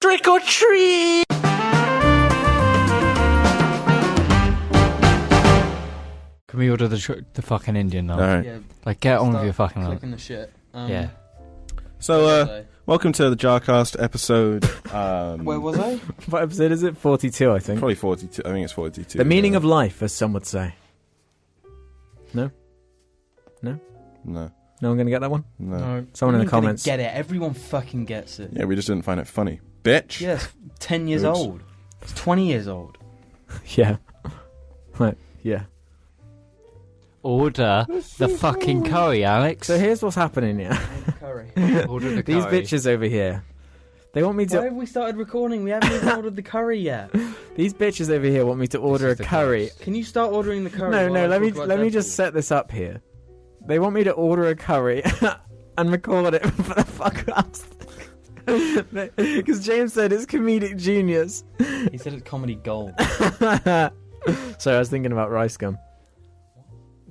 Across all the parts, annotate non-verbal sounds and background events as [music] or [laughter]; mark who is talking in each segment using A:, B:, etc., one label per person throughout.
A: Trick or treat!
B: Can we order the tr- the fucking Indian now?
C: All right.
D: Yeah,
B: Like, get on with
D: start
B: your fucking life.
D: clicking the shit. Um,
B: Oh. Yeah.
C: So,
D: where
C: uh,
D: was
C: welcome to the Jarcast episode.
D: I?
C: Um,
D: where was I?
E: What episode is it? 42, I think.
C: Probably 42. I think it's 42.
E: The meaning
C: yeah.
E: of life, as some would say.
C: No.
E: No one going to get that one?
C: No.
D: No,
E: Someone in the
D: I'm Uh, gonna
E: comments.
D: Get it? Everyone fucking gets it.
C: Yeah, we just didn't find it funny. Bitch!
D: Yes, ten years
C: Oops.
D: old. It's twenty years [laughs] old.
E: Yeah. Right. Yeah.
B: Order the fucking curry, Alex.
E: So here's what's happening here.
D: [laughs] Curry.
B: Order the
E: These
B: curry.
E: bitches over here. They want me
D: Why
E: to.
D: have we started recording? We haven't even ordered the curry yet.
E: These bitches over here want me to order
B: is
E: a
B: the
E: curry.
D: Can you start ordering the curry?
E: No,
D: while
E: no.
D: I
E: Let me
D: talk about
E: let me just
D: Deadpool?
E: set this up here. They want me to order a curry [laughs] and record it [laughs] for the [laughs] fuck Because James said it's comedic genius.
D: He said it's comedy gold.
E: Sorry, I was thinking about rice [laughs] gum.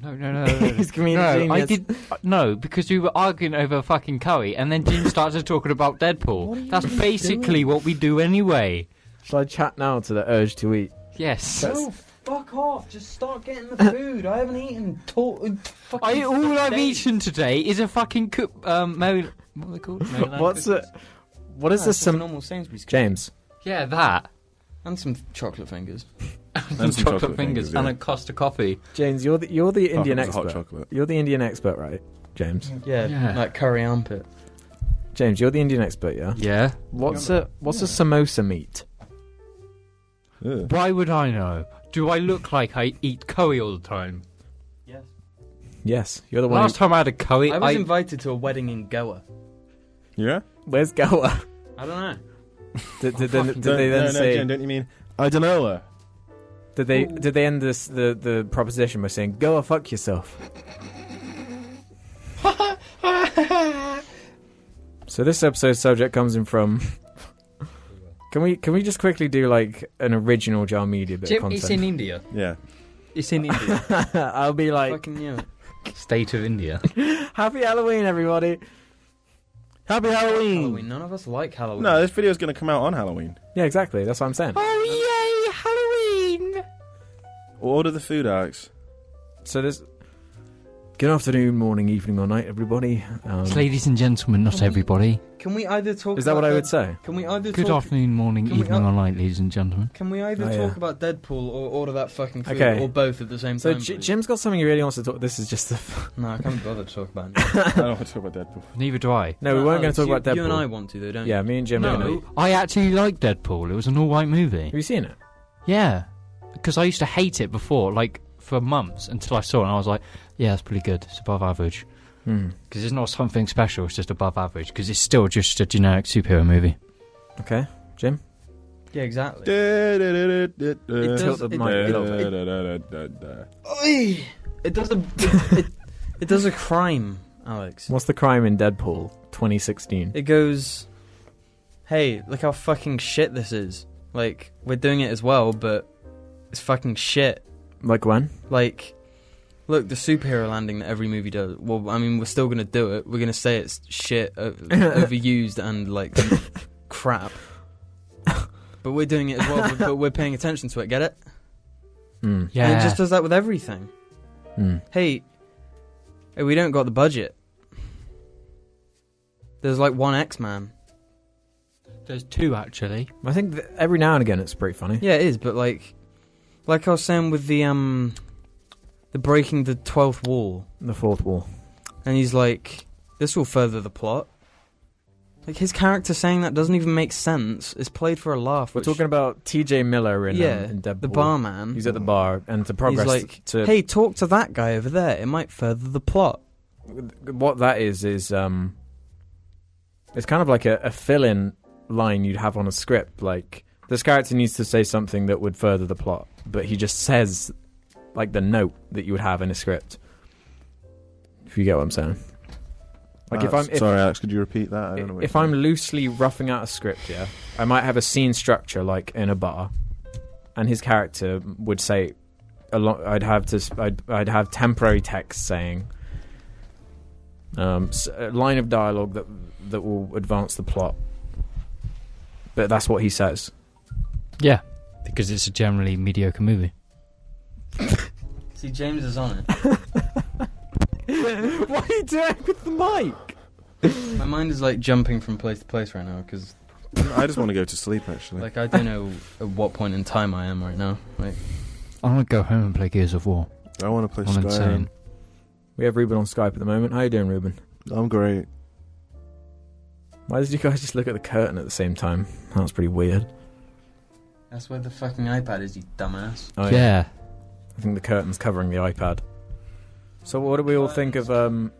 B: No, no, no. no, no.
E: [laughs] He's comedic
B: No, I
E: genius.
B: did no because we were arguing over fucking curry, and then Jim started talking about
D: What are you
B: Deadpool. That's
D: even
B: basically what we do anyway.
E: Shall I chat now to the urge to eat?
B: Yes.
E: That's-
D: Oh, fuck off! Just start getting the food. I haven't eaten. uh, Talk.
B: I, all I've eaten today is a fucking cook. Um, Mary, what are they called? Maryland
E: [laughs] What's
B: cookies?
E: it? What is
D: This
E: this?
D: is some
E: Some
D: normal Sainsbury's cake.
E: James.
B: Yeah, that.
D: and some chocolate fingers.
C: some
B: And some [laughs] chocolate, fingers, and
C: yeah.
B: a Costa coffee.
E: James, you're the you're the
C: Apart
E: Indian
C: from it's a Hot
E: expert.
C: chocolate.
E: You're the Indian expert, right? James.
D: Yeah,
B: Yeah.
D: like curry armpit.
E: James, you're the Indian expert, yeah.
B: Yeah.
E: What's a what's a samosa meat?
C: Ugh.
B: Why would I know? Do I look like I eat curry all the time?
D: Yes.
E: Yes, you're the one.
B: Last time I had a curry,
D: I was
B: I,
D: invited to a wedding in Goa.
C: Yeah?
E: who, [laughs] where's Goa? [laughs]
D: I don't know.
E: Did, did, they- did
C: Don't-
E: they then
C: no, no,
E: say?
C: Jen, don't you mean I don't know her?
E: did they did they end this the the proposition by saying Goa fuck yourself? so this episode's subject comes in from. [laughs] Can we can we just quickly do like an original Jar Media bit of content?
B: India.
C: Yeah.
B: It's in
D: [laughs]
B: India.
E: [laughs] I'll be like,
D: Fucking knew it.
B: State of India.
E: Happy Halloween, everybody! Happy Halloween!
D: Halloween. None of us like Halloween.
C: No, this video's going to come out on Halloween.
E: Yeah, exactly. That's what I'm saying.
B: Oh yay, Halloween!
C: Order the food,
E: [laughs]
C: Alex.
E: So this. Good afternoon, morning, evening, or night, everybody. Um,
B: Ladies and gentlemen, not everybody.
D: Can we either talk?
E: is that what
D: about
E: I
D: Dead-
E: would say?
D: Can we either
B: Good
D: talk?
B: afternoon, morning,
D: Can we
B: evening,
D: up-
B: or night, ladies and gentlemen.
D: Can we either
E: Oh,
D: talk
E: yeah.
D: about Deadpool or order that fucking food
E: Okay.
D: or both at the same
E: So
D: time?
E: J-
D: please?
E: Jim's got something he really wants to talk. This is just the. F-
D: no, I can't bother to talk about. It.
E: [laughs]
C: I don't want to talk about Deadpool.
B: Neither do I.
E: no, we weren't going
D: Alex,
E: to talk
D: oh, you-
E: about Deadpool.
D: You and I want to, though, don't
E: yeah, me and
D: you?
E: Jim. Are gonna...
D: No.
E: Have
B: I actually liked Deadpool. It was an all right movie.
E: you seen it?
B: Yeah, because I used to hate it before, like for months until I saw it. and I was like, yeah, that's pretty good. It's above average
E: Hmm.
B: because it's not something special. It's just above average because it's still just a generic superhero movie.
E: Okay.
D: Yeah, exactly.
C: It
D: does- Tilt the it- mic
E: a
D: Oi! It does a it, it does a crime, Alex.
E: What's the crime in Deadpool 2016?
D: It goes, hey, look how fucking shit this is. Like we're doing it as well, but it's fucking shit.
E: Like when?
D: Like, look, the superhero landing that every movie does. Well, I mean, we're still gonna do it. We're gonna say it's shit, o- overused, and like crap. But we're doing it as well. but- But we're paying attention to it. Get it?
E: Hmm.
B: Yeah,
D: And it just does that with everything.
E: Hmm.
D: Hey, hey, we don't got the budget. There's like one X Man.
B: there's two actually.
E: I think that every now and again it's pretty funny.
D: Yeah, it is. But like, like I was saying with the um, the breaking the twelfth wall.
E: The fourth wall.
D: And he's like, this will further the plot. Like, his character saying that doesn't even make sense. It's played for a laugh.
E: We're
D: which-
E: talking about T.J. Miller in, um,
D: Yeah,
E: in Deadpool.
D: the barman.
E: He's at the bar, and to progress
D: like,
E: to
D: hey, talk to that guy over there. It might further the plot.
E: what that is is um it's kind of like a, a fill-in line you'd have on a script like this character needs to say something that would further the plot but he just says like the note that you would have in a script if you get what i'm saying like if i'm if,
C: sorry, Alex. Could you repeat that? I don't know. what
E: if
C: you're
E: i'm
C: saying.
E: loosely roughing out a script yeah i might have a scene structure like in a bar and his character would say a lot i'd have to s- i'd, I'd have temporary text saying um, s- a line of dialogue that that will advance the plot. but that's what he says.
B: Yeah, because it's a generally mediocre movie.
D: See, James is on [laughs]
E: what are you doing with the mic?
D: it. My mind is like jumping from place to place right now because,
C: I just want to go to sleep, actually.
D: like, I don't know at what point in time I am right now. Like,
B: I want to go home and play Gears of War.
C: I want to play
B: I'm
C: Skyrim.
B: insane.
E: We have Ruben on Skype at the moment. How you doing, Ruben?
C: I'm great.
E: Why did you guys just look at the curtain at the same time? That was pretty weird.
D: that's where the fucking iPad is, you dumbass.
E: Oh,
B: yeah.
E: I think the curtain's covering the iPad. So what do we all think of? Um,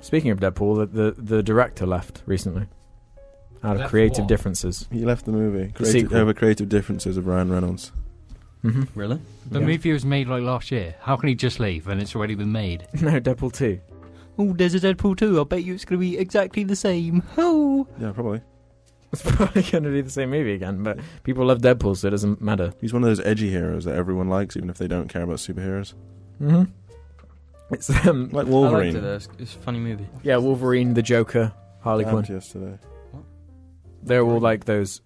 E: speaking of Deadpool, the, the the director left recently. Out of
B: Left
E: creative
B: what?
E: differences.
C: He left the movie creative,
E: sequel.
C: over creative differences of Ryan Reynolds.
E: Mm-hmm. [laughs]
D: Really?
B: The movie was made like last year. How can he just leave when it's already been made?
E: No, Deadpool two.
B: Oh, there's a Deadpool 2. I bet you it's going to be exactly the same. Oh.
C: Yeah, probably.
E: It's [laughs] probably going to be the same movie again, but people love Deadpool, so it doesn't matter.
C: He's one of those edgy heroes that everyone likes, even if they don't care about superheroes.
E: Mm-hmm. It's um,
C: Like
D: I liked it.
C: Wolverine.
D: though. It's, it's a funny movie.
E: yeah, Wolverine, the Joker, Harley
C: Damned
E: Quinn.
C: yesterday.
E: They're all like those.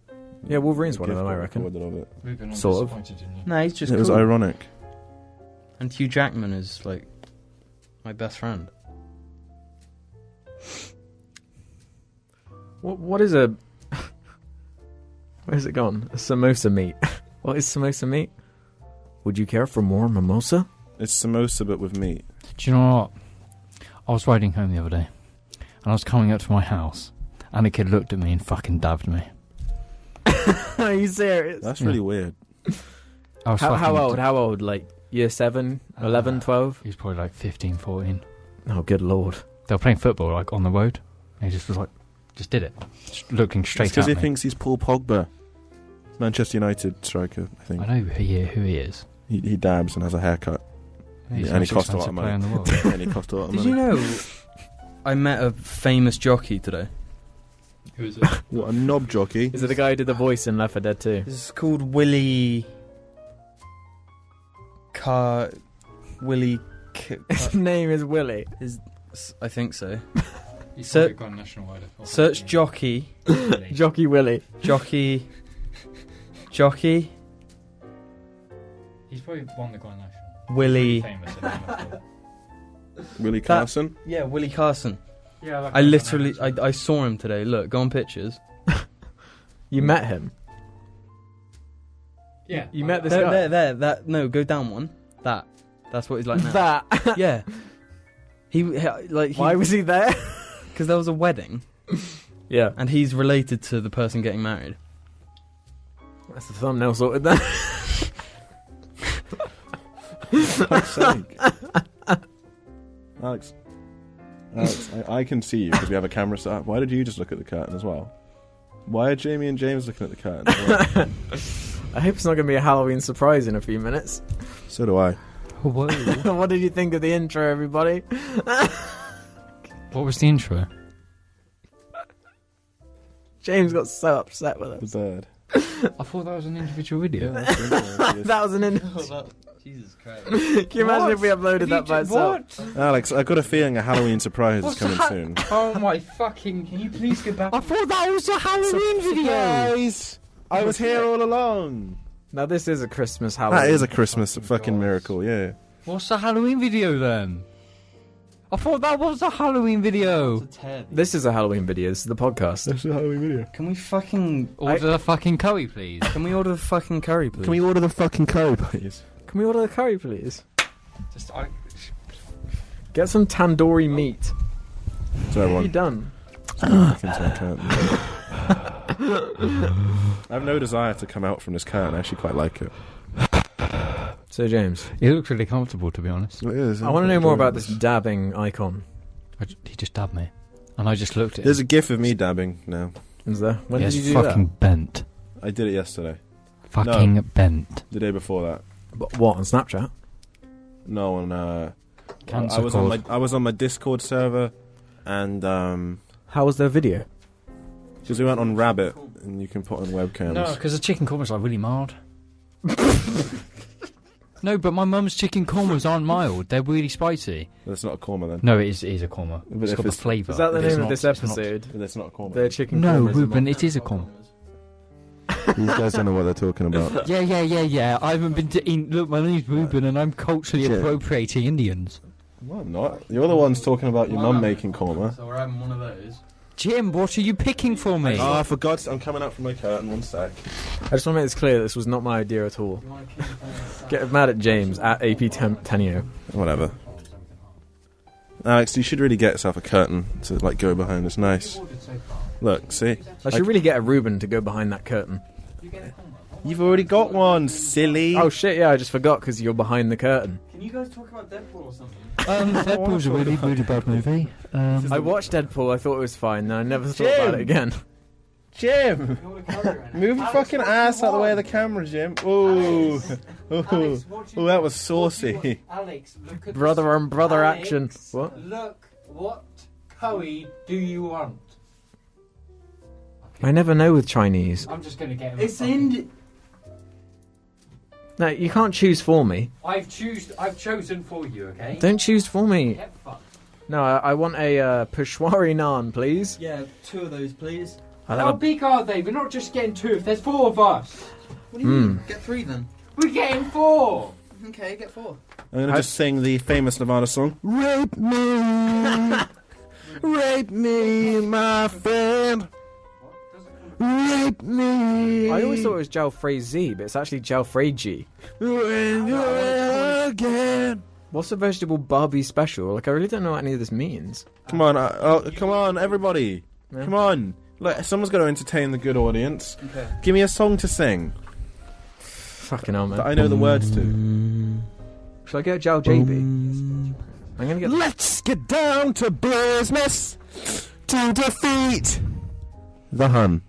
E: Yeah, Wolverine's one of
C: Gift
E: them, I
C: got
E: reckon.
C: recorded of it.
E: Sort of.
D: No, he's just
C: it was ironic.
D: and Hugh Jackman is like my best friend.
E: What what is a? [laughs] Where's it gone? A samosa meat. [laughs] what is samosa meat? Would you care for more mimosa?
C: It's samosa but with meat.
B: Do you know what? I was riding home the other day, and I was coming up to my house, and a kid looked at me and fucking dabbed me.
E: [laughs] Are you serious?
C: That's
B: Yeah.
C: really weird.
B: I was
E: How,
B: fucking
E: how old? How old? Like year seven, eleven,
B: Uh,
E: twelve?
B: He was probably like 15, 14.
E: Oh, good lord!
B: They were playing football, like, on the road, and he just was like, just did it. Just looking straight
C: because
B: at
C: he
B: me.
C: thinks he's Paul Pogba, Manchester United striker. I think
B: I know who he, who he is.
C: he, he dabs and has a
E: [laughs]
C: haircut,
B: He's
C: Yeah,
B: the
C: and
B: most
C: he cost a lot
B: expensive
C: of
B: player
C: money.
B: in the world.
C: and he cost a lot of
D: Did
C: money.
D: you know?
E: [laughs]
D: I met a famous jockey today.
B: [laughs] who is it?
C: What a knob jockey!
E: Is it the guy who did the voice in Left 4 Dead 2?
D: This is called Willie. Car. Willie. K-
E: His [laughs] name is Willie.
D: I think so.
B: He's
D: Ser- probably
B: gone nationwide.
D: Search jockey.
B: [laughs]
E: Jockey Willie.
D: Jockey. Jockey.
B: He's probably won the Grand National.
D: Willie.
B: Famous. [laughs]
C: Willie
D: That-
C: Carson.
D: Yeah, Willie Carson.
B: yeah,
D: I literally. I, I saw him today. Look, go on pictures.
E: You met him.
B: yeah.
E: you met this
D: There,
E: guy.
D: there, there. That. No, go down one. That. That's what he's like now.
E: [laughs]
D: [laughs]
E: that.
D: Yeah. He. he- Like. He,
E: Why was he there?
D: Because there was a wedding,
E: yeah.
D: and he's related to the person getting married.
E: [laughs] That's the thumbnail sorted then. [laughs]
C: For fuck's [laughs] sake. Alex, Alex, I, I can see you because we have a camera set up. Why did you just look at the curtain as well? Why are Jamie and James looking at the curtain? as well?
E: I hope it's not going to be a Halloween surprise in a few minutes.
C: [laughs]
E: [laughs]
C: so do I.
B: [laughs] Whoa.
E: what did you think of the intro, everybody? [laughs]
B: what was the intro?
E: James got so upset with
C: The
E: us.
C: bird.
B: I thought that was an individual
C: Yeah,
B: video.
C: that's [laughs] interesting.
E: That was an. In- [laughs]
D: Jesus Christ.
E: Can you imagine if we uploaded that by itself?
C: Alex, I've got a feeling a Halloween surprise is coming soon.
B: Oh my fucking! Can you please get back?
E: thought that was a Halloween
C: Surprise! I was here all along.
E: Now this is a Christmas Halloween.
C: That is a Christmas fucking,
E: gosh.
C: miracle, yeah.
B: What's the Halloween video then? I thought that was a Halloween video.
E: This is a Halloween video. This is the podcast.
C: That's a Halloween video.
D: Can we fucking
B: Order the fucking curry, please.
D: can we order the fucking curry, please?
C: order the fucking curry, please?
E: Can we order the curry, please?
B: Just, I,
E: Get some tandoori meat.
C: So
E: What have you
C: everyone,
E: done?
C: back into my curtain. [laughs] I have no desire to come out from this curtain. I actually quite like it.
E: So James,
B: it looks really comfortable, to be honest.
C: It is,
E: I want to know more about this dabbing icon.
B: I j he just dabbed me, and I just looked at
C: There's a
B: him.
C: gif of me dabbing now.
E: Is there? When
B: Yes,
E: did you do
B: fucking bent.
C: I did it yesterday.
B: Fucking bent.
C: The day before that.
E: that? But what on Snapchat?
C: No, on uh, I
B: Cancel
C: was on
B: cord.
C: my I was on my Discord server, and um,
E: How was their video?
C: because we went on Rabbit, and you can put on webcams.
B: No, because the chicken corn was like really mild. [laughs] No, but my mum's chicken kormas aren't mild. They're really spicy.
C: That's not a korma then.
B: No, it is, it is a korma.
C: But
B: it's
C: if
B: got the
C: it's-
B: flavour.
E: Is that the
B: It's
E: name
B: not-
E: of this
B: it's not-
E: episode?
C: That's not a korma.
E: Their chicken.
B: No,
E: kormas are
B: Ruben,
E: more-
B: it is a korma.
C: These guys don't know what they're talking [laughs] about.
B: Yeah, yeah, yeah, yeah. I haven't been to in Look, my name's Ruben, and I'm culturally
C: Yeah.
B: appropriating Indians.
C: Well, I'm not. You're the ones talking about your mum making korma.
D: So we're having one of those.
B: Jim, what are you picking for me?
C: Ah, for God's I'm coming out from my curtain. One sec.
E: I just want to make this clear. This was not my idea at all. Get mad at James at AP Tem- Tenio.
C: Whatever. Alex, you should really get yourself a curtain to like go behind. It's nice. Look, see,
E: I should really get a Ruben to go behind that curtain.
C: you've already got one, silly.
E: Oh shit! Yeah, I just forgot because you're behind the curtain.
D: Can you guys talk about Deadpool or something?
B: [laughs] Um, Deadpool's a really, really bad movie. Um,
E: I watched Deadpool. I thought it was fine. Then I never thought about
C: Jim!
E: it again.
C: Jim, [laughs] move your fucking ass out of the way of the camera, Jim. Ooh, [laughs] ooh, ooh, that was saucy.
A: Alex, look at
E: Brother on brother
A: Alex.
E: action. What?
A: Look, what curry do you want?
E: I never know with Chinese.
A: I'm just going to get him.
D: It's
A: a fucking-
D: in.
E: No, you can't choose for me.
A: I've choose. I've chosen for you. Okay.
E: Don't choose for me.
A: Get fucked.
E: No, I, I want a uh, Peshwari naan, please.
D: Yeah, two of those, please.
E: I'll
A: How
E: have a,
A: big are they? We're not just getting two. If there's four of us,
D: What do you mean? Get three then.
A: we're getting four.
D: Okay, get four.
C: I'm gonna
E: I-
C: just sing the famous Nirvana song. Rape me, rape me, my friend. Rape me.
E: I always thought it was Jalfrezi, but it's actually Jalfreji.
C: when you're again.
E: What's a vegetable Barbie special? Like, I really don't know what any of this means.
C: Come on, uh, oh, come on, everybody. Come on. Look, someone's got to entertain the good audience.
D: Okay.
C: Give me a song to sing
E: Fucking hell, man.
C: that I know the words to.
E: Shall I get Jal JB? I'm gonna get.
C: Let's get down to business to defeat the Hun.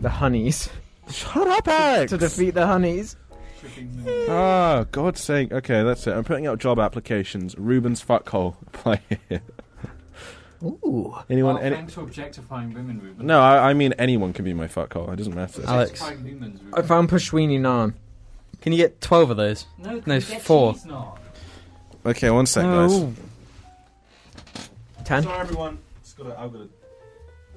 E: The honeys. [laughs]
C: Shut up, Alex.
E: to defeat the honeys.
C: Oh, God's sake. Okay, that's it. I'm putting out job applications. Ruben's fuckhole. [laughs] Apply here.
E: Ooh.
C: Anyone?
A: Oh,
C: Any-
A: thanks for objectifying women, Ruben.
C: no, I, I mean anyone can be my fuckhole. It doesn't matter.
D: Alex,
A: Objectifying humans, Ruben.
E: I found Peshwini naan.
D: can you get twelve of those?
A: No,
D: No,
A: it's
D: four.
A: Not.
C: Okay, one sec, guys.
D: Oh,
E: Ten.
C: Sorry, everyone. Just gotta, I've gotta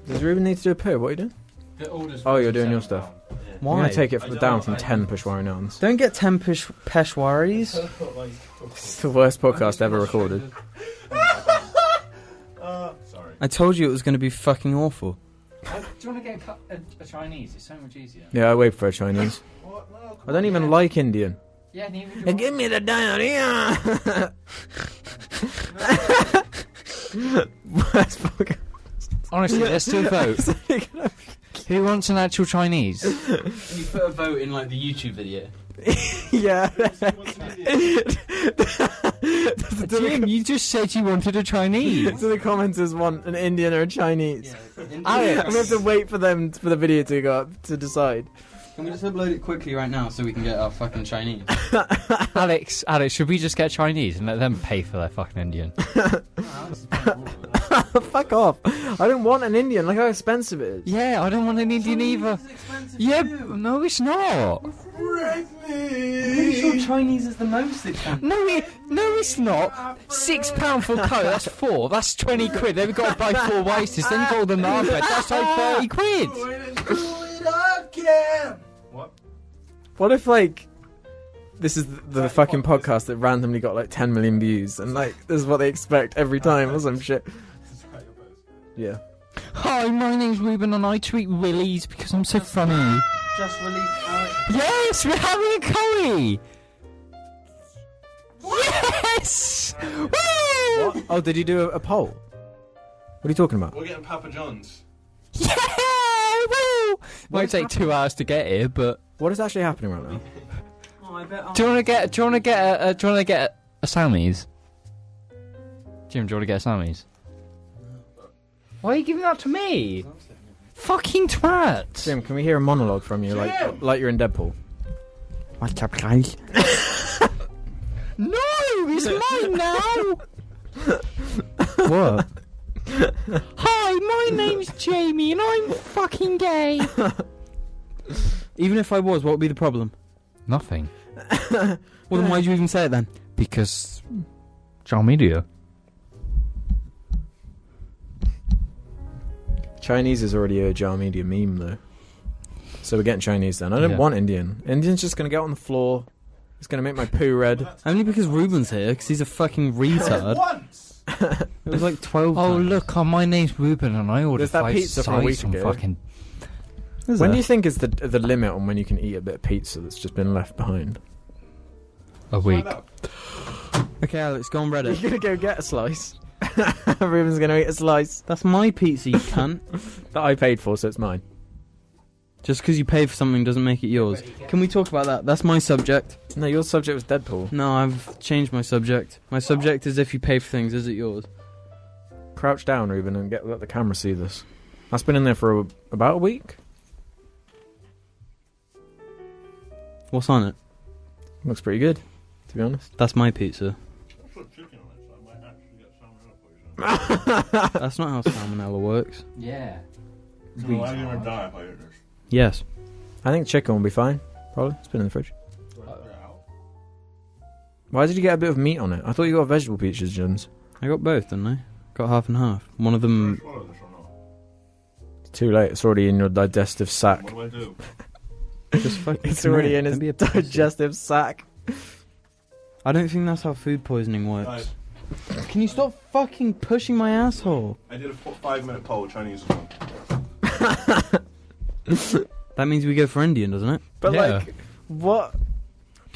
E: Does Ruben need to do a poo? What are you doing?
A: The orders
E: Oh,
A: were
E: you're doing your
A: seven
E: stuff.
A: pounds.
E: I'm
D: Why?
E: gonna take it
C: I don't
E: down
C: know,
E: from
C: I-
E: ten Peshwari naans.
D: Don't get ten Pesh- Peshwaris.
E: It's the worst podcast ever
A: I'm just gonna
E: recorded.
A: show you
D: I told you it was going to be fucking awful.
A: the- Uh, do you want to get a, cu- a, a Chinese? It's so much easier.
E: Yeah, I wait for a Chinese. I don't even like Indian.
A: Yeah, neither do I.
E: give me the diarrhea. [laughs] Worst podcast.
B: honestly, let's do a
E: [laughs]
B: vote. Who wants an actual Chinese?
D: You put a vote in like the YouTube video.
E: yeah.
B: Jim, you just said you wanted a Chinese.
E: So the commenters want an Indian or a Chinese.
B: [laughs]
E: I'm
B: Alex.
E: gonna have to wait for them for the video to go up to decide. [laughs]
D: Can we just upload it quickly right now so we can get our fucking Chinese?
B: [laughs] Alex, Alex, should we just get Chinese and let them pay for their fucking Indian?
E: Fuck off! I don't want an Indian. Look how expensive it is.
B: Yeah, I don't want an Indian either. Yeah, b- no, it's not.
D: sure Chinese is the most expensive.
B: No, it, no, it's not. Six pound for coke. That's four. That's twenty quid. Then we got to buy four wasters. Then call them naan bread. That's like thirty quid.
E: What if like this is the, the fucking podcast that randomly got like 10 million views and like this is what they expect every time or some shit? Yeah.
B: Hi, my name's Ruben and I tweet willies because I'm so funny.
D: Just released Alex.
B: Yes, we're having a curry. Yes. Woo!
E: Oh, did you do a, a poll? What are you talking about?
C: We're getting Papa John's.
B: [laughs] Yeah! Woo! Might
E: is
B: take two hours to get here, but
E: What is actually happening right now?
D: Oh, I bet
B: do you want to get? Do you want to get? A, a, do you want to get a, a Sammy's? Jim, do you want to get a Sammy's? Why are you giving that to me? Fucking twat!
E: Jim, can we hear a monologue from you like like you're in Deadpool?
D: What's up, guys?
B: No, [laughs] it's mine now. [laughs]
E: What?
B: Hi, my name's Jamie and I'm fucking gay.
D: Even if I was, what would be the problem?
B: Nothing.
D: Well, then why did you even say it then?
B: Because John Media.
E: Chinese is already a Jar Media meme, though. So we're getting Chinese then. I don't
B: Yeah.
E: want Indian. Indian's just going to get on the floor. It's going to make my poo red.
D: Only because Ruben's here, because he's a [laughs] fucking retard.
A: Once.
D: [laughs] It was like 12
B: Oh
D: times.
B: look, oh, my name's Ruben, and I ordered
E: There's that
B: five
E: pizza from a
B: sides
E: week
B: on
E: ago.
B: fucking.
E: When do you think is the the limit on when you can eat a bit of pizza that's just been left behind?
B: a week?
D: Okay, Alex, go on
E: [laughs] You're
D: Reddit. [laughs]
E: going to go get a slice. Ruben's going to eat a slice
D: That's my pizza,
E: [laughs]
D: you cunt.
E: that I paid for, so it's mine.
D: Just because you pay for something doesn't make it yours. Can we talk about that? That's my subject.
E: No, your subject was Deadpool.
D: No, I've changed my subject. My subject is if you pay for things, is it yours?
E: Crouch down, Ruben, and get let the camera see this. That's been in there for a, about a week.
D: What's on it?
E: Looks pretty good, to be honest.
D: That's my pizza. [laughs]
E: [laughs]
D: That's not how salmonella works.
A: Yeah.
F: Well, I'm gonna die if I eat this.
D: Yes.
E: I think chicken will be fine. Probably. It's been in the fridge.
F: Yeah.
E: Why did you get a bit of meat on it? I thought you got vegetable pizzas, Jims.
D: I got both, didn't I? Got half and half. One of them.
F: Swallow this or not?
E: It's too late. It's already in your digestive
F: What
E: sac.
F: do I do?
E: [laughs]
D: Just fucking
E: It's already
D: commit.
E: in his
D: Don't be a pussy.
E: digestive sac.
D: I don't think that's how food poisoning works.
F: Guys.
D: Can you stop fucking pushing my asshole?
F: I did a fo- five minute poll, Chinese is one.
D: That means we go for Indian, doesn't it?
E: But
B: Yeah.
E: like, what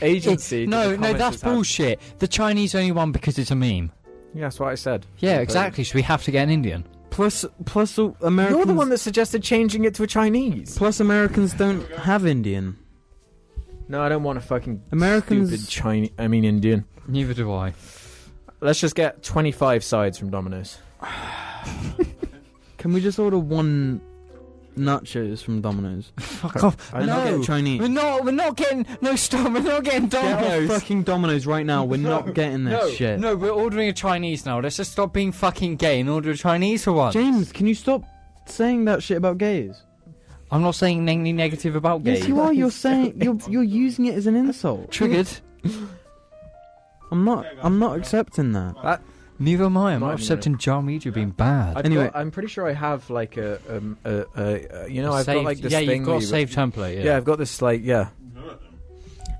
E: agency? did
B: no,
E: the
B: no,
E: commenters
B: that's
E: have?
B: bullshit. The Chinese only won because it's a meme.
E: Yeah, that's what I said.
B: Yeah,
E: But-
B: exactly. So we have to get an Indian.
D: Plus, plus the Americans.
E: You're the one that suggested changing it to a Chinese.
D: Plus, Americans don't have Indian.
E: No, I don't want a fucking
D: Americans-
E: stupid Chinese. I mean Indian.
B: Neither do I.
E: Let's just get 25 sides from Domino's.
D: Can we just order one nachos from Domino's?
B: Fuck off.
E: I
D: And not
B: no,
D: get Chinese.
B: we're not. We're not getting. No, stop. We're not getting
D: Get off
B: [laughs] Domino's.
D: fucking Domino's right now. We're not getting this
B: No,
D: shit.
B: no, we're ordering a Chinese now. Let's just stop being fucking gay and order a Chinese for once.
D: James, can you stop saying that shit about gays?
B: I'm not saying anything negative about gays.
D: Yes, you are. You're saying you're you're using it as an insult.
B: Triggered.
D: I'm not. I'm not accepting that.
B: Neither am I. I'm
E: Might
B: not
E: be
B: accepting Jar Media being bad.
E: I've
D: Anyway.
E: got- I'm pretty sure I have like a, um, a, a, a you know, I've got
B: Saved-
E: like this
B: yeah,
E: thing.
B: you've got
E: where
B: a
E: you-
B: saved template. Yeah.
E: yeah, I've got this like yeah.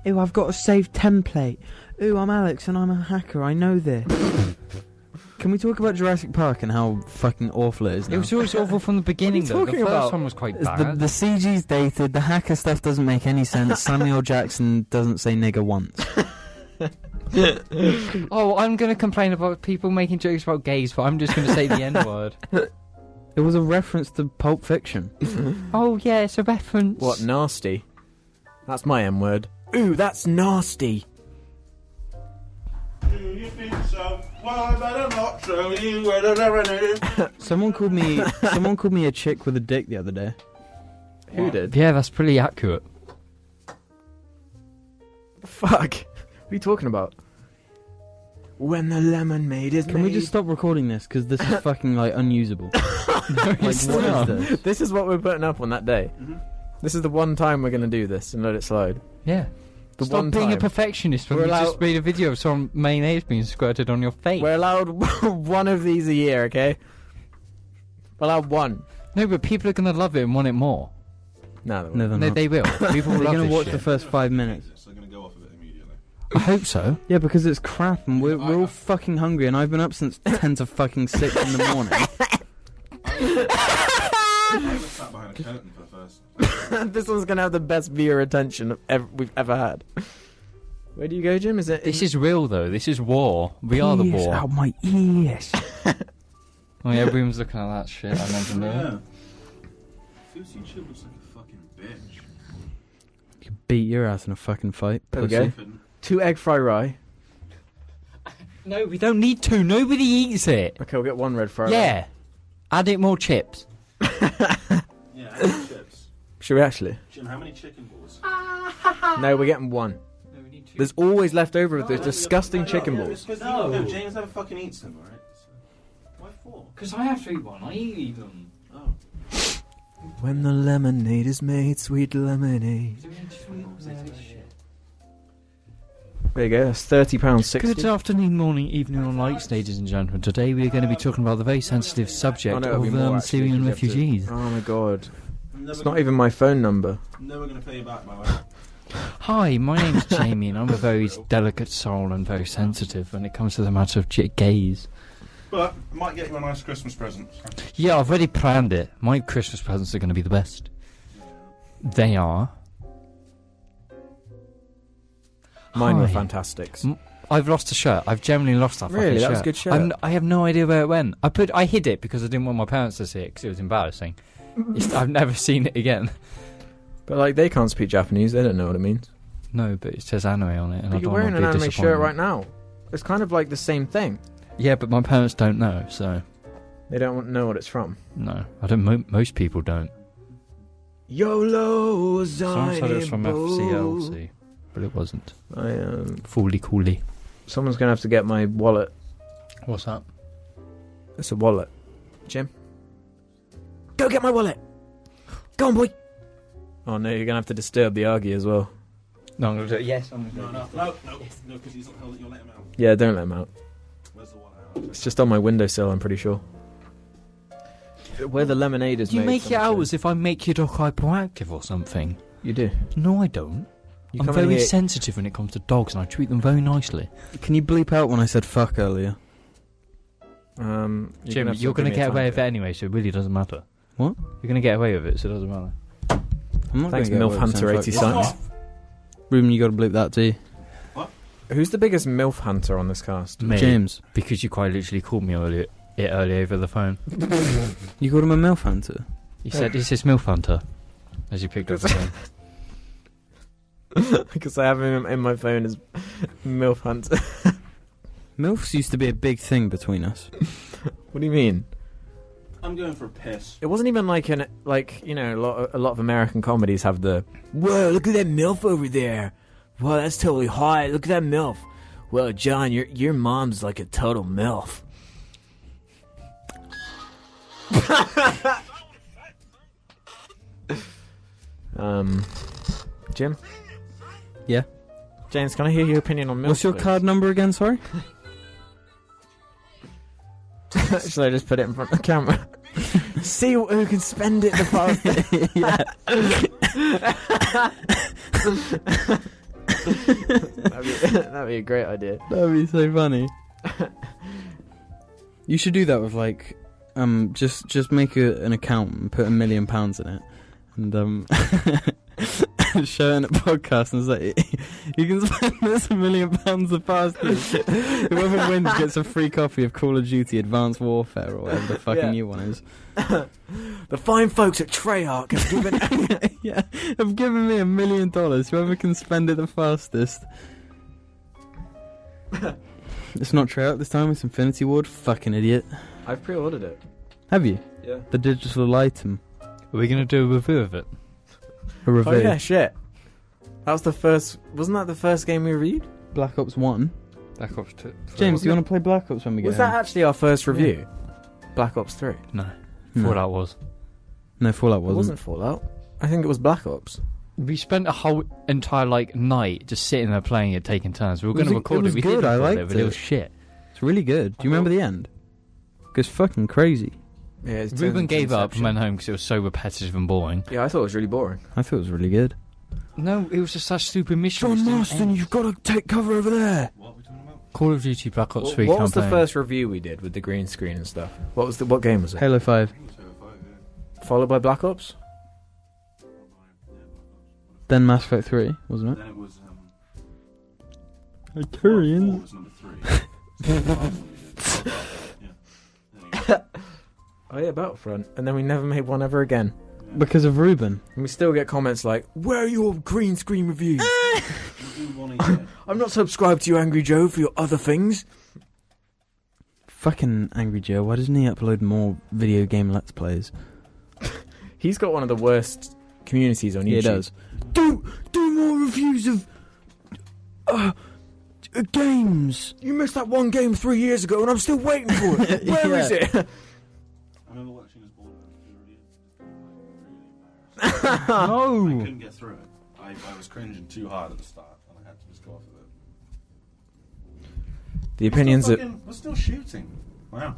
D: Ooh, I've got a saved template. Ooh, I'm Alex and I'm a hacker. I know this. Can we talk about Jurassic Park and how fucking awful it is now?
B: It was always awful from the beginning. though.
E: talking
B: the first
E: about?
B: one was quite
D: It's
B: bad.
D: the, the CG's dated, the hacker stuff doesn't make any sense. [laughs] Samuel Jackson doesn't say nigger once.
B: Oh, I'm going to complain about people making jokes about gays, but I'm just going to say the N word.
D: It was a reference to Pulp Fiction.
B: [laughs] Oh, yeah, it's a reference.
E: What nasty? That's my M word. Ooh, that's nasty.
F: Do you think so? Well, I better not show you where the
C: [laughs]
F: revenue.
D: Someone called [laughs] me someone called me a chick with a dick the other day.
E: Who did?
B: Yeah, that's pretty [laughs] accurate.
E: Fuck. What are you talking about? When the lemon made is
D: Can we just stop recording this because this [laughs] is fucking like unusable. like what is [laughs]
E: not.
D: this?
E: This is what we're putting up on that day.
D: Mm-hmm.
E: This is the one time we're going to do this and let it slide.
B: Yeah.
E: The
B: Stop
E: one
B: being
E: time.
B: a perfectionist when
E: We're
B: you
E: allowed-
B: just made a video of some mayonnaise being squirted on your face.
E: We're allowed [laughs] one of these a year, okay? We're allowed one.
B: No, but people are going to love it and want it more.
E: No,
D: No, they're
B: No,
D: not.
B: they will. [laughs] People
D: They're
B: will love
D: gonna
B: this
D: watch the
B: shit.
D: first five minutes.
F: They're gonna go off of it immediately.
B: I hope [laughs] so.
D: Yeah, because it's crap and we're, we're all fucking hungry and I've been up since [laughs] 10 to fucking 6 in the
E: [laughs]
D: morning.
F: I was sat behind a curtain for the first.
E: [laughs] this one's going to have the best viewer attention ever, we've ever had. Where do you go, Jim? Is it?
B: This is real, though. This is war. We are the
D: Yes,
B: war.
D: out my ears.
B: [laughs] Oh, yeah, everyone's looking at that shit. I imagine
F: Yeah.
B: that.
F: Fousey Chib looks like a fucking bitch.
D: Beat your ass in a fucking fight.
E: There we
D: pussy.
E: go.
F: Couldn't-
E: two egg fry rye.
B: No, we don't need to. Nobody eats it.
E: Okay, we'll get one red fry. rye.
B: Yeah. Add it more chips.
F: Yeah, how many chips.
E: Should we actually?
F: Jim, how many chicken balls?
E: No, we're getting one.
B: No, we need two.
E: There's always left over of those disgusting chicken
F: Yeah,
E: balls.
F: it's 'cause he-
B: No.
F: no, James never fucking eats them, alright? Why four?
B: Because I have to eat one. I eat them.
F: Oh.
E: When the lemonade is made, sweet lemonade.
B: Do we need to eat all this shit?
E: There you go. That's thirty pounds
B: Good
E: sixty.
B: afternoon, morning, evening, or night, ladies and gentlemen. Today we are going to be talking about the very sensitive subject
E: Oh, no, it'll be
B: of
E: more,
B: um,
E: actually,
B: Syrian
E: 'cause you have to-
B: refugees.
E: [laughs] Oh my god! It's
F: Never
E: not even my phone number.
F: Never gonna pay you back, by the way.
B: Hi, my name's Jamie, and I'm a very delicate soul and very sensitive when it comes to the matter of j- gays.
F: But might get you a nice Christmas present.
B: Yeah, I've already planned it. My Christmas presents are going to be the best. They are.
E: Mine were
B: Hi.
E: fantastics.
B: Mm, I've lost a shirt. I've generally lost that fucking
E: Really? That
B: shirt.
E: was a good shirt.
B: I'm, I have no idea where it went. I put, I hid it because I didn't want my parents to see it because it was embarrassing. It's- I've never [laughs] seen it again.
E: But like, they can't speak Japanese. They don't know what it means.
B: No, but it says anime on it, and I
E: But
B: don't
E: you're
B: want
E: wearing
B: to
E: an
B: be a
E: anime shirt
B: disappointment.
E: right now. It's kind of like the same thing.
B: Yeah, but my parents don't know, so
E: They don't know what it's from.
B: no, I don't. Mo- most people don't.
E: YOLO
B: Someone said it was from
E: Zionbo.
B: FCLC, but it wasn't.
E: I, um,
B: Fooly cooly.
E: someone's gonna have to get my wallet.
B: What's that?
E: It's a wallet. Jim, go get my wallet. Go on, boy. Oh no, you're gonna have to disturb the Argy as well.
B: No, I'm gonna do it. Yes, I'm
F: No, no, no, no, no, because he's not held. You'll let him out.
E: Yeah, don't let him out.
F: Where's the one out?
E: It's just on my windowsill. I'm pretty sure. Where the lemonade is
B: You
E: made.
B: make it
E: someone
B: out
E: said.
B: as if I make you look hyperactive or something.
E: You do.
B: No, I don't.
E: You
B: I'm
E: come in
B: very
E: here-
B: sensitive when it comes to dogs, and I treat them very nicely.
D: Can you bleep out when I said fuck earlier?
E: Um,
B: Jim,
E: gonna have
B: you're
E: give
B: going to
E: me a
B: get
E: time
B: away with it
E: check.
B: anyway, so it really doesn't matter.
D: What?
B: You're going to get away with it, so it doesn't matter.
D: I'm not
E: Thanks,
D: gonna
E: Milf
D: get away with
E: Hunter
D: saying fuck.
E: 87.
F: What?
D: Ruben, you gotta bleep that, do you?
E: Who's the biggest MILF hunter on this cast?
B: Me.
D: James,
B: Because you quite literally called me earlier, it earlier over the phone.
D: you called him a Milf Hunter?
B: You said, is this MILF Hunter? As you picked up the phone.
E: Because I have him in my phone as MILF hunter. [laughs]
D: MILFs used to be a big thing between us.
E: what do you mean?
F: I'm going for a piss.
E: It wasn't even like an like you know a lot a lot of American comedies have the whoa look at that MILF over there. Wow, that's totally hot. Look at that MILF. Well, John, your your mom's like a total MILF. [laughs] um, Jim.
D: Yeah?
E: James, can I hear your opinion on MILF?
D: What's your
E: please?
D: card number again, sorry?
E: [laughs] Should I just put it in front of the camera? [laughs] See who can spend it the [laughs] fastest. that'd, be, that'd be a great idea.
D: That'd be so funny. [laughs] you should do that with like, um, just just make a, an account and put a million pounds in it, and um, [laughs] show it in a podcast and say [laughs] you can spend this a million pounds the fastest. Whoever wins gets a free copy of Call of Duty Advanced Warfare or [laughs] whatever the fucking
E: Yeah.
D: new one is.
E: [laughs] The fine folks at Treyarch have given.
D: [laughs] yeah, have given me a million dollars. Whoever can spend it
A: [laughs]
D: the fastest. it's not Treyarch this time. It's Infinity Ward. Fucking idiot.
E: [laughs] I've pre-ordered it.
D: Have you?
E: Yeah.
D: The digital item.
B: Are we going to do a review of it?
D: A
E: Oh
D: review.
E: yeah, shit. That was the first. Wasn't that the first game we reviewed?
D: Black Ops 1.
B: Black Ops 2.
D: James, do you
E: Wasn't
D: want to play Black Ops when we get
E: Was that
D: home?
E: actually our first review? Black Ops Three.
B: No.
D: No.
B: What that was.
D: Hmm. No, Fallout
E: It
D: wasn't.
E: wasn't Fallout. I think it was Black Ops.
B: We spent a whole entire like night just sitting there playing it, taking turns. We were
D: It was
B: going to
D: a-
B: record
D: it
B: it.
D: was
B: We
D: good,
B: did
D: I
B: record it,
D: liked
B: but it
D: it.
B: was shit.
D: It's really good. Do you remember the end? It goes fucking crazy.
E: Yeah. it turns
B: Ruben
E: into
B: gave up and
E: Inception.
B: went home because it was so repetitive and boring.
E: Yeah, I thought it was really boring.
D: I thought it was really good.
B: No, it was just such stupid mission. It just didn't end.
D: you've got to take cover over there.
F: What are we talking about?
B: Call of Duty Black Ops
E: What,
B: 3
E: what
B: campaign.
E: was the first review we did with the green screen and stuff? What was the what game was it?
D: Halo 5.
E: Followed by Black Ops.
D: Then Mass Effect 3, wasn't it?
F: Then it was. Um,
D: A
F: Fallout 4 was number three. Yeah. There you go.
E: Oh yeah, Battlefront. And then we never made one ever again.
D: Because of Ruben.
E: And we still get comments like, "Where are your green screen
A: [laughs]
E: reviews?
F: We'll do one a year.
E: I'm not subscribed to you, Angry Joe, for your other things."
D: Fucking Angry Joe, why doesn't he upload more video game Let's Plays?
E: He's got one of the worst communities on YouTube.
D: Yeah, he does. Do, do more reviews of uh, uh, games!
E: You missed that one game three years ago, and I'm still waiting
A: [laughs]
E: for it. Where is it? [laughs]
F: I remember watching his ball. and it was really- I
B: no!
F: Ah. couldn't get through it. I, I was cringing too hard at the start, and I had to just go off of it.
E: The opinions
G: We're
E: that
G: still fucking- We're still shooting. Wow.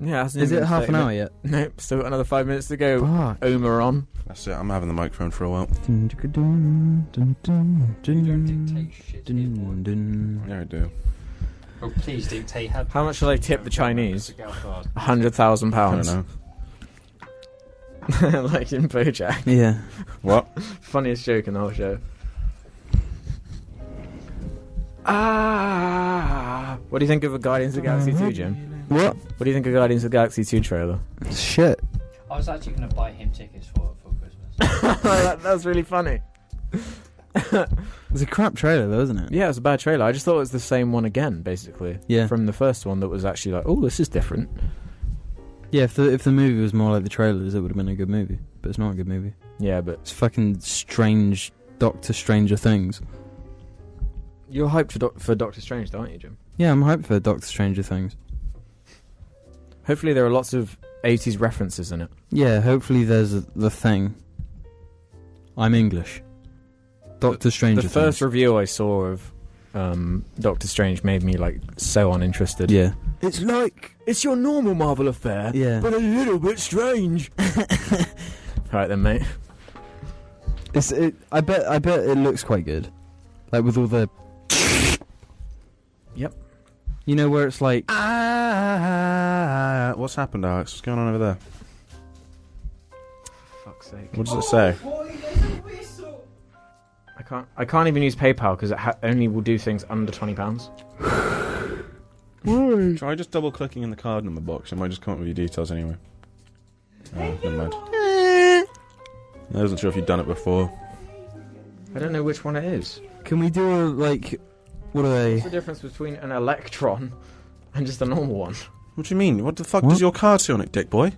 E: yeah, hasn't
A: Is
E: even
A: it
E: been
A: half an
E: thirty
A: hour
E: minutes.
A: yet?
E: Nope, still got another five minutes to go.
D: Fuck.
E: Omar on.
G: That's it. I'm having the microphone for a while.
B: You don't dictate shit. Dun,
C: Yeah, I do.
B: Oh, please dictate. Have
E: How much shall I tip the Chinese?
B: Galfard.
E: A hundred thousand
C: I don't
E: pounds,
C: know.
E: [laughs] like in BoJack.
A: Yeah.
C: What?
E: Funniest joke in the whole show. Ah, what do you think of a Guardians of the Galaxy 2, Jim?
A: What?
E: What do you think of Guardians of the Galaxy 2 [laughs] trailer?
A: Shit.
B: I was actually going to buy him tickets for for Christmas.
E: Oh, that, that was really funny.
A: It's a crap trailer though, isn't it?
E: Yeah, it was a bad trailer. I just thought it was the same one again, basically.
A: Yeah.
E: From the first one that was actually like, oh, this is different.
A: Yeah, if the if the movie was more like the trailers, it would have been a good movie. But it's not a good movie.
E: Yeah, but
A: It's fucking strange Doctor Stranger Things.
E: you're hyped for, Doc- for Doctor Strange, aren't you, Jim?
A: Yeah, I'm hyped for Doctor Stranger Things.
E: Hopefully, there are lots of 80s references in it.
A: Yeah, hopefully there's a, the thing. I'm English. Doctor Stranger
E: the first
A: Things.
E: review I saw of um, Doctor Strange made me like so uninterested.
A: yeah.
E: It's like it's your normal Marvel affair,
A: Yeah.
E: a little bit strange. All right then, mate.
A: It's, it, I bet I bet it looks quite good, like with all the.
E: Yep.
A: You know where it's like
C: Ah, what's happened, Alex? What's going on over there?
E: Fuck's sake!
C: What does it say?
E: I can't. I can't even use PayPal because it ha- only will do things under twenty pounds.
C: Try just double clicking in the card number box. It might just come up with your details anyway. Oh, never mind. I wasn't sure if you'd done it before.
E: I don't know which one it is.
A: Can we do a like, what are
E: What's
A: they?
E: the difference between an electron and just a normal one?
C: What do you mean? What the fuck
A: What?
C: does your card say on it, dick boy?
E: It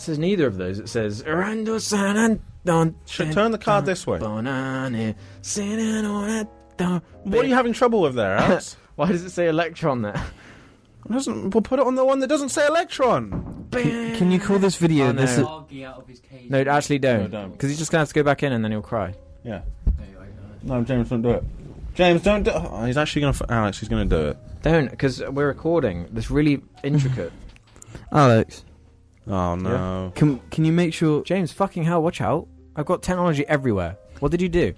E: says neither of those. It says Rando San and Don.
C: Should turn the card this way.
E: Bonani, San and Don- Don-
C: What are you having trouble with there, [laughs] Alex?
E: Why does it say electron there?
C: It doesn't, we'll put it on the one that doesn't say electron.
A: Can, can you call this video?
E: Oh,
A: this
E: [laughs] no.
B: Argy out of his cage.
E: No, actually
C: No,
E: don't.
C: don't.
E: Because he's just gonna have to go back in and then he'll cry.
C: Yeah.
B: No, I don't.
C: No, James, don't do it. James, don't do oh, He's actually going to. Alex, he's going to do it.
E: Don't, because we're recording. That's really intricate.
A: Alex,
C: Oh, no.
A: can can you make sure?
E: [laughs] James, fucking hell, watch out! I've got technology everywhere. What did you do?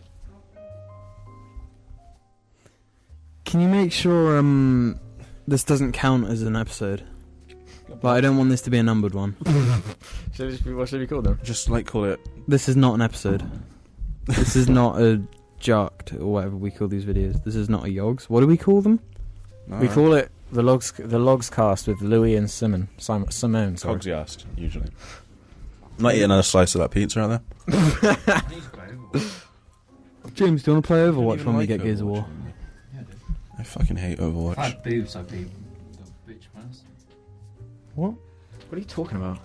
A: Can you make sure um, this doesn't count as an episode? Like, I don't want this to be a numbered one.
E: Should this be, what should we call them?
C: Just, like, call it.
A: This is not an episode. this is not a jarked or whatever we call these videos. This is not a yogs. What do we call them?
E: we
C: Alright.
E: call it the logs, the logs cast with Louis and Simon, Simon, Simone. Sorry.
C: Cogsy asked, usually. Might eat another slice of that pizza out there.
E: [laughs]
B: Please go.
A: James, do you want to play Overwatch
C: even
A: when we
C: like
A: get Gears of
C: Overwatch.
A: War?
C: I fucking hate
B: If I
C: Overwatch.
B: had boobs, I'd be the bitch master.
E: What are you talking about?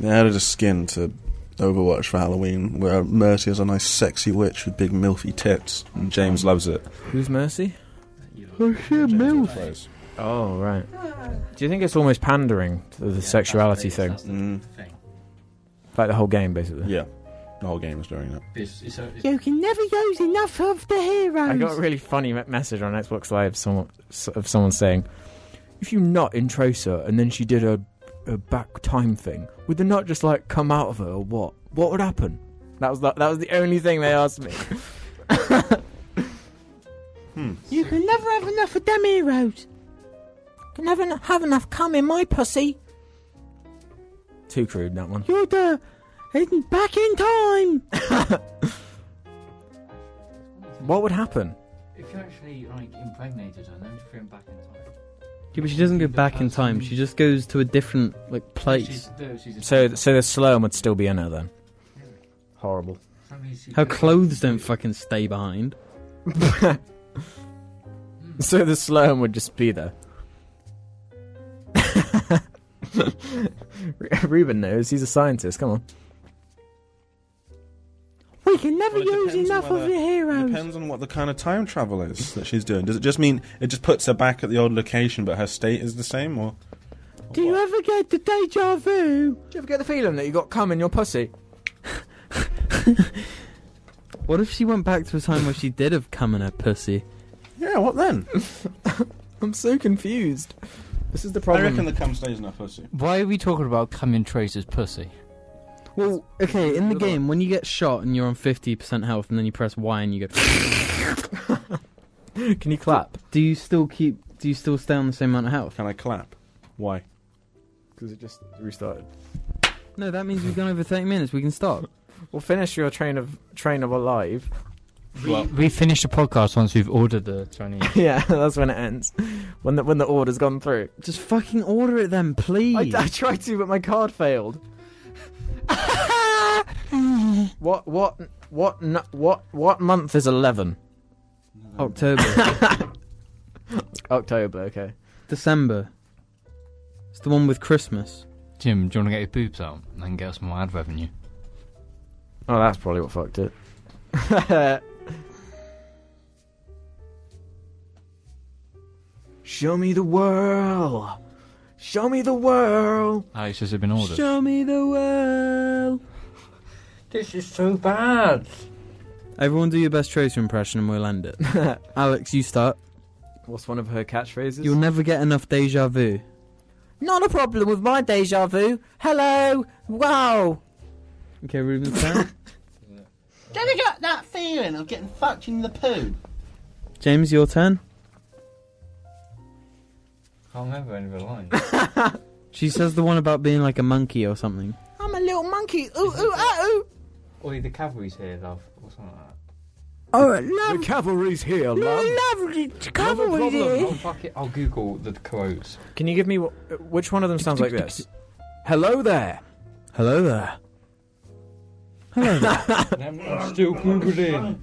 C: They added a skin to Overwatch for Halloween where Mercy is a nice sexy witch with big milfy tits, and James loves it.
E: Who's Mercy?
A: Oh shit, milf.
C: Close.
E: Oh right. Do you think it's almost pandering to the sexuality thing,
B: That's the
C: Mm.
B: thing.
E: like the whole game, basically?
C: Yeah, the whole game is doing that.
B: It's, it's a, it's
D: You can never use enough of the heroes.
E: I got a really funny me- message on Xbox Live someone, s- of someone saying, "If you nut in Tracer and then she did a, a back time thing, would the nut just like come out of her or what? What would happen?" That was the, that was the only thing they asked me.
D: You can never have enough of them heroes.
E: Can never have enough cum in my pussy. Too crude that one.
D: You're the in- back in time.
E: What would happen?
B: If you actually like impregnated her, then throw him back in time.
A: Yeah, but she doesn't go back in time. She just goes to a different like place.
B: She's, no, she's a-
E: So so the Slurm would still be in her then. Horrible.
B: That means she
A: Her
B: could-
A: clothes don't fucking stay behind.
E: So the Slurm would just be [laughs] there. Re- Ruben knows. He's a scientist. Come on.
D: We can never
C: Well, it
D: use
C: depends on
D: enough of
C: whether-
D: the heroes.
C: Depends on what the kind of time travel is that she's doing. Does it just mean it just puts her back at the old location, but her state is the same, or
D: Do you ever get the deja vu?
E: Do you ever get the feeling that you got cum in your pussy?
A: What if she went back to a time where she did have come in her pussy?
C: yeah? What then?
E: I'm so confused. This is the
C: I
E: problem.
C: reckon the cum stays in our pussy.
B: Why are we talking about coming Tracer's pussy?
A: Well, okay, in the game, when you get shot and you're on 50% health and then you press Y and you go, [laughs]
E: Can you clap?
A: do you still keep, do you still stay on the same amount of health?
C: Can I clap? Why?
E: Because it just restarted.
A: No, that means we've gone over 30 minutes. We can stop.
E: Well, finish your train of train of alive.
C: Well-
B: we finish the podcast once we've ordered the Chinese.
E: [laughs] yeah, that's when it ends. When the when the order's gone through.
A: Just fucking order it then, please. [laughs]
E: I, I tried to, but my card failed. what what what nu- what what month is eleven?
A: October,
E: October. Okay.
A: December. It's the one with Christmas.
B: Jim, do you want to get your boobs out and then get us more ad revenue?
E: Oh, that's probably what fucked it. [laughs] Show me the world. Show me the world.
B: Alex, has it been ordered?
A: Show me the world.
B: This is so bad.
A: Everyone do your best Tracer impression and we'll end it. [laughs] Alex, you start.
E: What's one of her catchphrases?
A: You'll never get enough deja vu.
E: Not a problem with my deja vu. Hello. Wow.
A: Okay, Ruben,
E: [laughs]
A: start.
H: Don't you got that feeling of getting fucked in the poo?
A: James, your turn.
B: can't remember any of the lines. [laughs]
A: She says the one about being like a monkey or something.
E: I'm a little monkey. Ooh,
B: ooh, ah, Oi, the cavalry's here, love. Or something like that.
E: Oh, love. The cavalry's here, love.
B: Cavalry's here! Oh, fuck it. I'll Google the quotes.
E: Can you give me wh- which one of them sounds like this? Hello there.
A: Hello there.
I: I'm still Googling.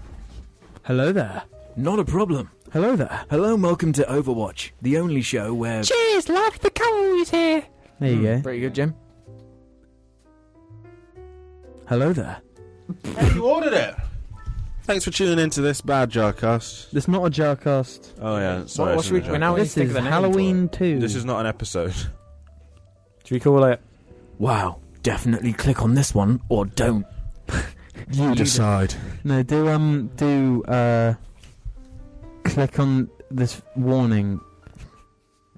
A: Hello there.
E: Not a problem.
A: Hello there.
E: Hello and welcome to Overwatch, the only show where.
B: Cheers, love! The cavalry's here!
A: There you go.
E: Pretty good, Jim.
A: Hello there.
J: You ordered it.
C: Thanks for tuning into this bad jarcast.
A: It's not a jarcast.
C: Oh yeah, sorry. it's not
E: What- what should
C: a
E: we- we're now-
C: jarcast.
E: we
A: This
E: think
A: is
E: of a name
A: Halloween 2.
C: This is not an episode.
E: Should we call it? Wow, definitely click on this one or don't.
C: You decide.
A: No, do um do uh click on this warning.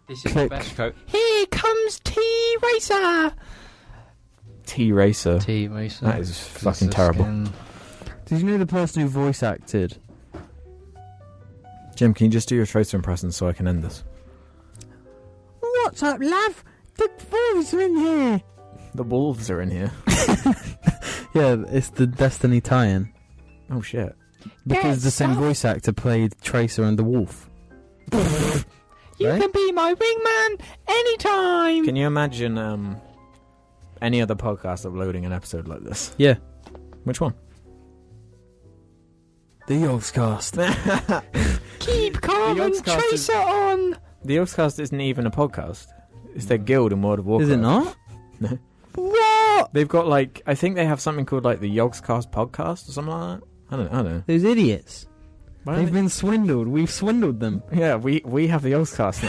B: This is
A: Click.
B: the best quote. Here comes T Racer!
E: T Racer.
B: T Racer.
E: That is fucking terrible.
A: Did you know the person who voice acted?
E: Jim, can you just do your tracer impression so I can end this?
A: What's up, love? The wolves are in here.
E: The wolves are in here.
A: Yeah, it's the Destiny tie-in
E: Oh shit.
A: because the same voice actor played Tracer and the Wolf.
B: You
A: Right?
B: can be my wingman anytime!
E: Can you imagine um, any other podcast uploading an episode like this?
A: Yeah.
E: Which one?
A: The
E: [laughs]
A: Yogscast.
B: Keep
E: calm The and Yogscast Tracer is-
B: on!
E: The Oxcast isn't even a podcast. It's their guild in World of Warcraft.
A: Is it not?
E: What? They've got like I think they have something called like the Yogscast podcast or something like that. I don't. I don't know.
A: Those idiots.
E: Why
A: They've
E: don't
A: been swindled. We've swindled them. [laughs]
E: they- [laughs] yeah, we we have the Yogscast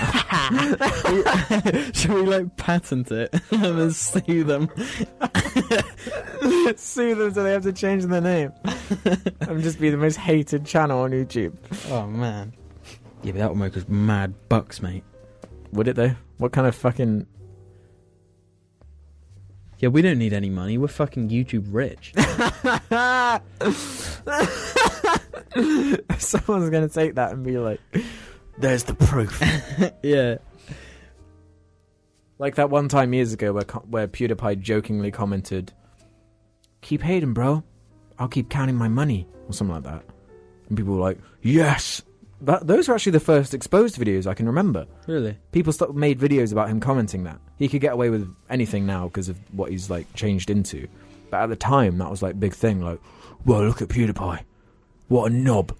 E: now.
A: Should we like patent it [laughs] and then sue them? [laughs]
E: [laughs] Sue them so they have to change their [laughs] name and just be the most hated channel on YouTube.
A: Oh man. Yeah, but that would make us mad bucks, mate.
E: Would it though? What kind of fucking?
A: Yeah, we don't need any money. We're fucking YouTube [laughs] rich.
E: [laughs] Someone's gonna take that and be like, "There's the proof."
A: yeah.
E: Like that one time years ago where co- where PewDiePie jokingly commented, "Keep hating, bro. I'll keep counting my money," or something like that. And people were like, "Yes." That, those were actually the first exposed videos I can remember.
A: Really?
E: People st- made videos about him commenting that he could get away with anything now because of what he's like changed into. But at the time, that was like big thing. Like, whoa, look at PewDiePie. What a knob.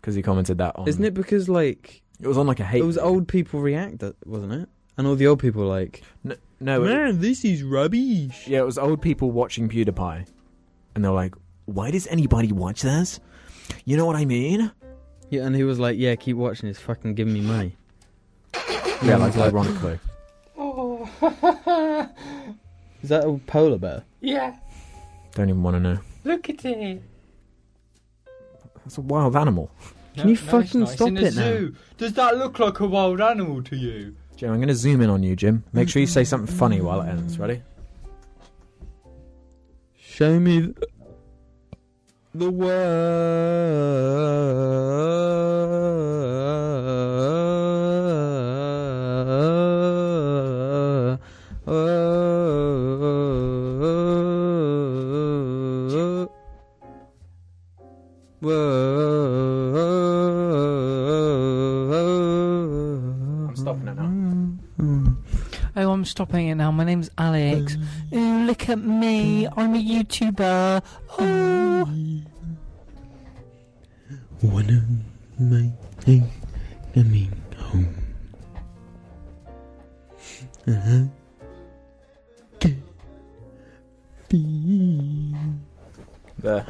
E: Because he commented that on.
A: Isn't it because like
E: It was on like a hate.
A: it was
E: video.
A: old people react, wasn't it? And all the old people were like,
E: N- no, it,
A: this is rubbish.
E: Yeah, it was old people watching PewDiePie, and they were like, "Why does anybody watch this?" You know what I mean?
A: Yeah, and he was like, yeah, keep watching. It's fucking giving me money.
E: Yeah, like ironically.
I: Oh, [laughs]
A: Is that a polar bear?
I: yeah.
E: Don't even want to know.
I: Look at it.
E: That's a wild animal. Can you
A: it's
E: fucking
A: not. It's
E: stop
A: in the
E: it now?
A: zoo. Does that look like a wild animal to you?
E: Jim, I'm going to zoom in on you, Jim. Make sure you say something funny while it ends. Ready?
D: Show me th- the world.
E: I'm stopping it now.
A: Mm-hmm.
I: Oh, I'm stopping it now. My name's Alex. Ooh, look at me. I'm a YouTuber. Oh.
D: One of my things coming home. Uh-huh. Can't be
E: There.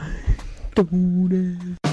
D: told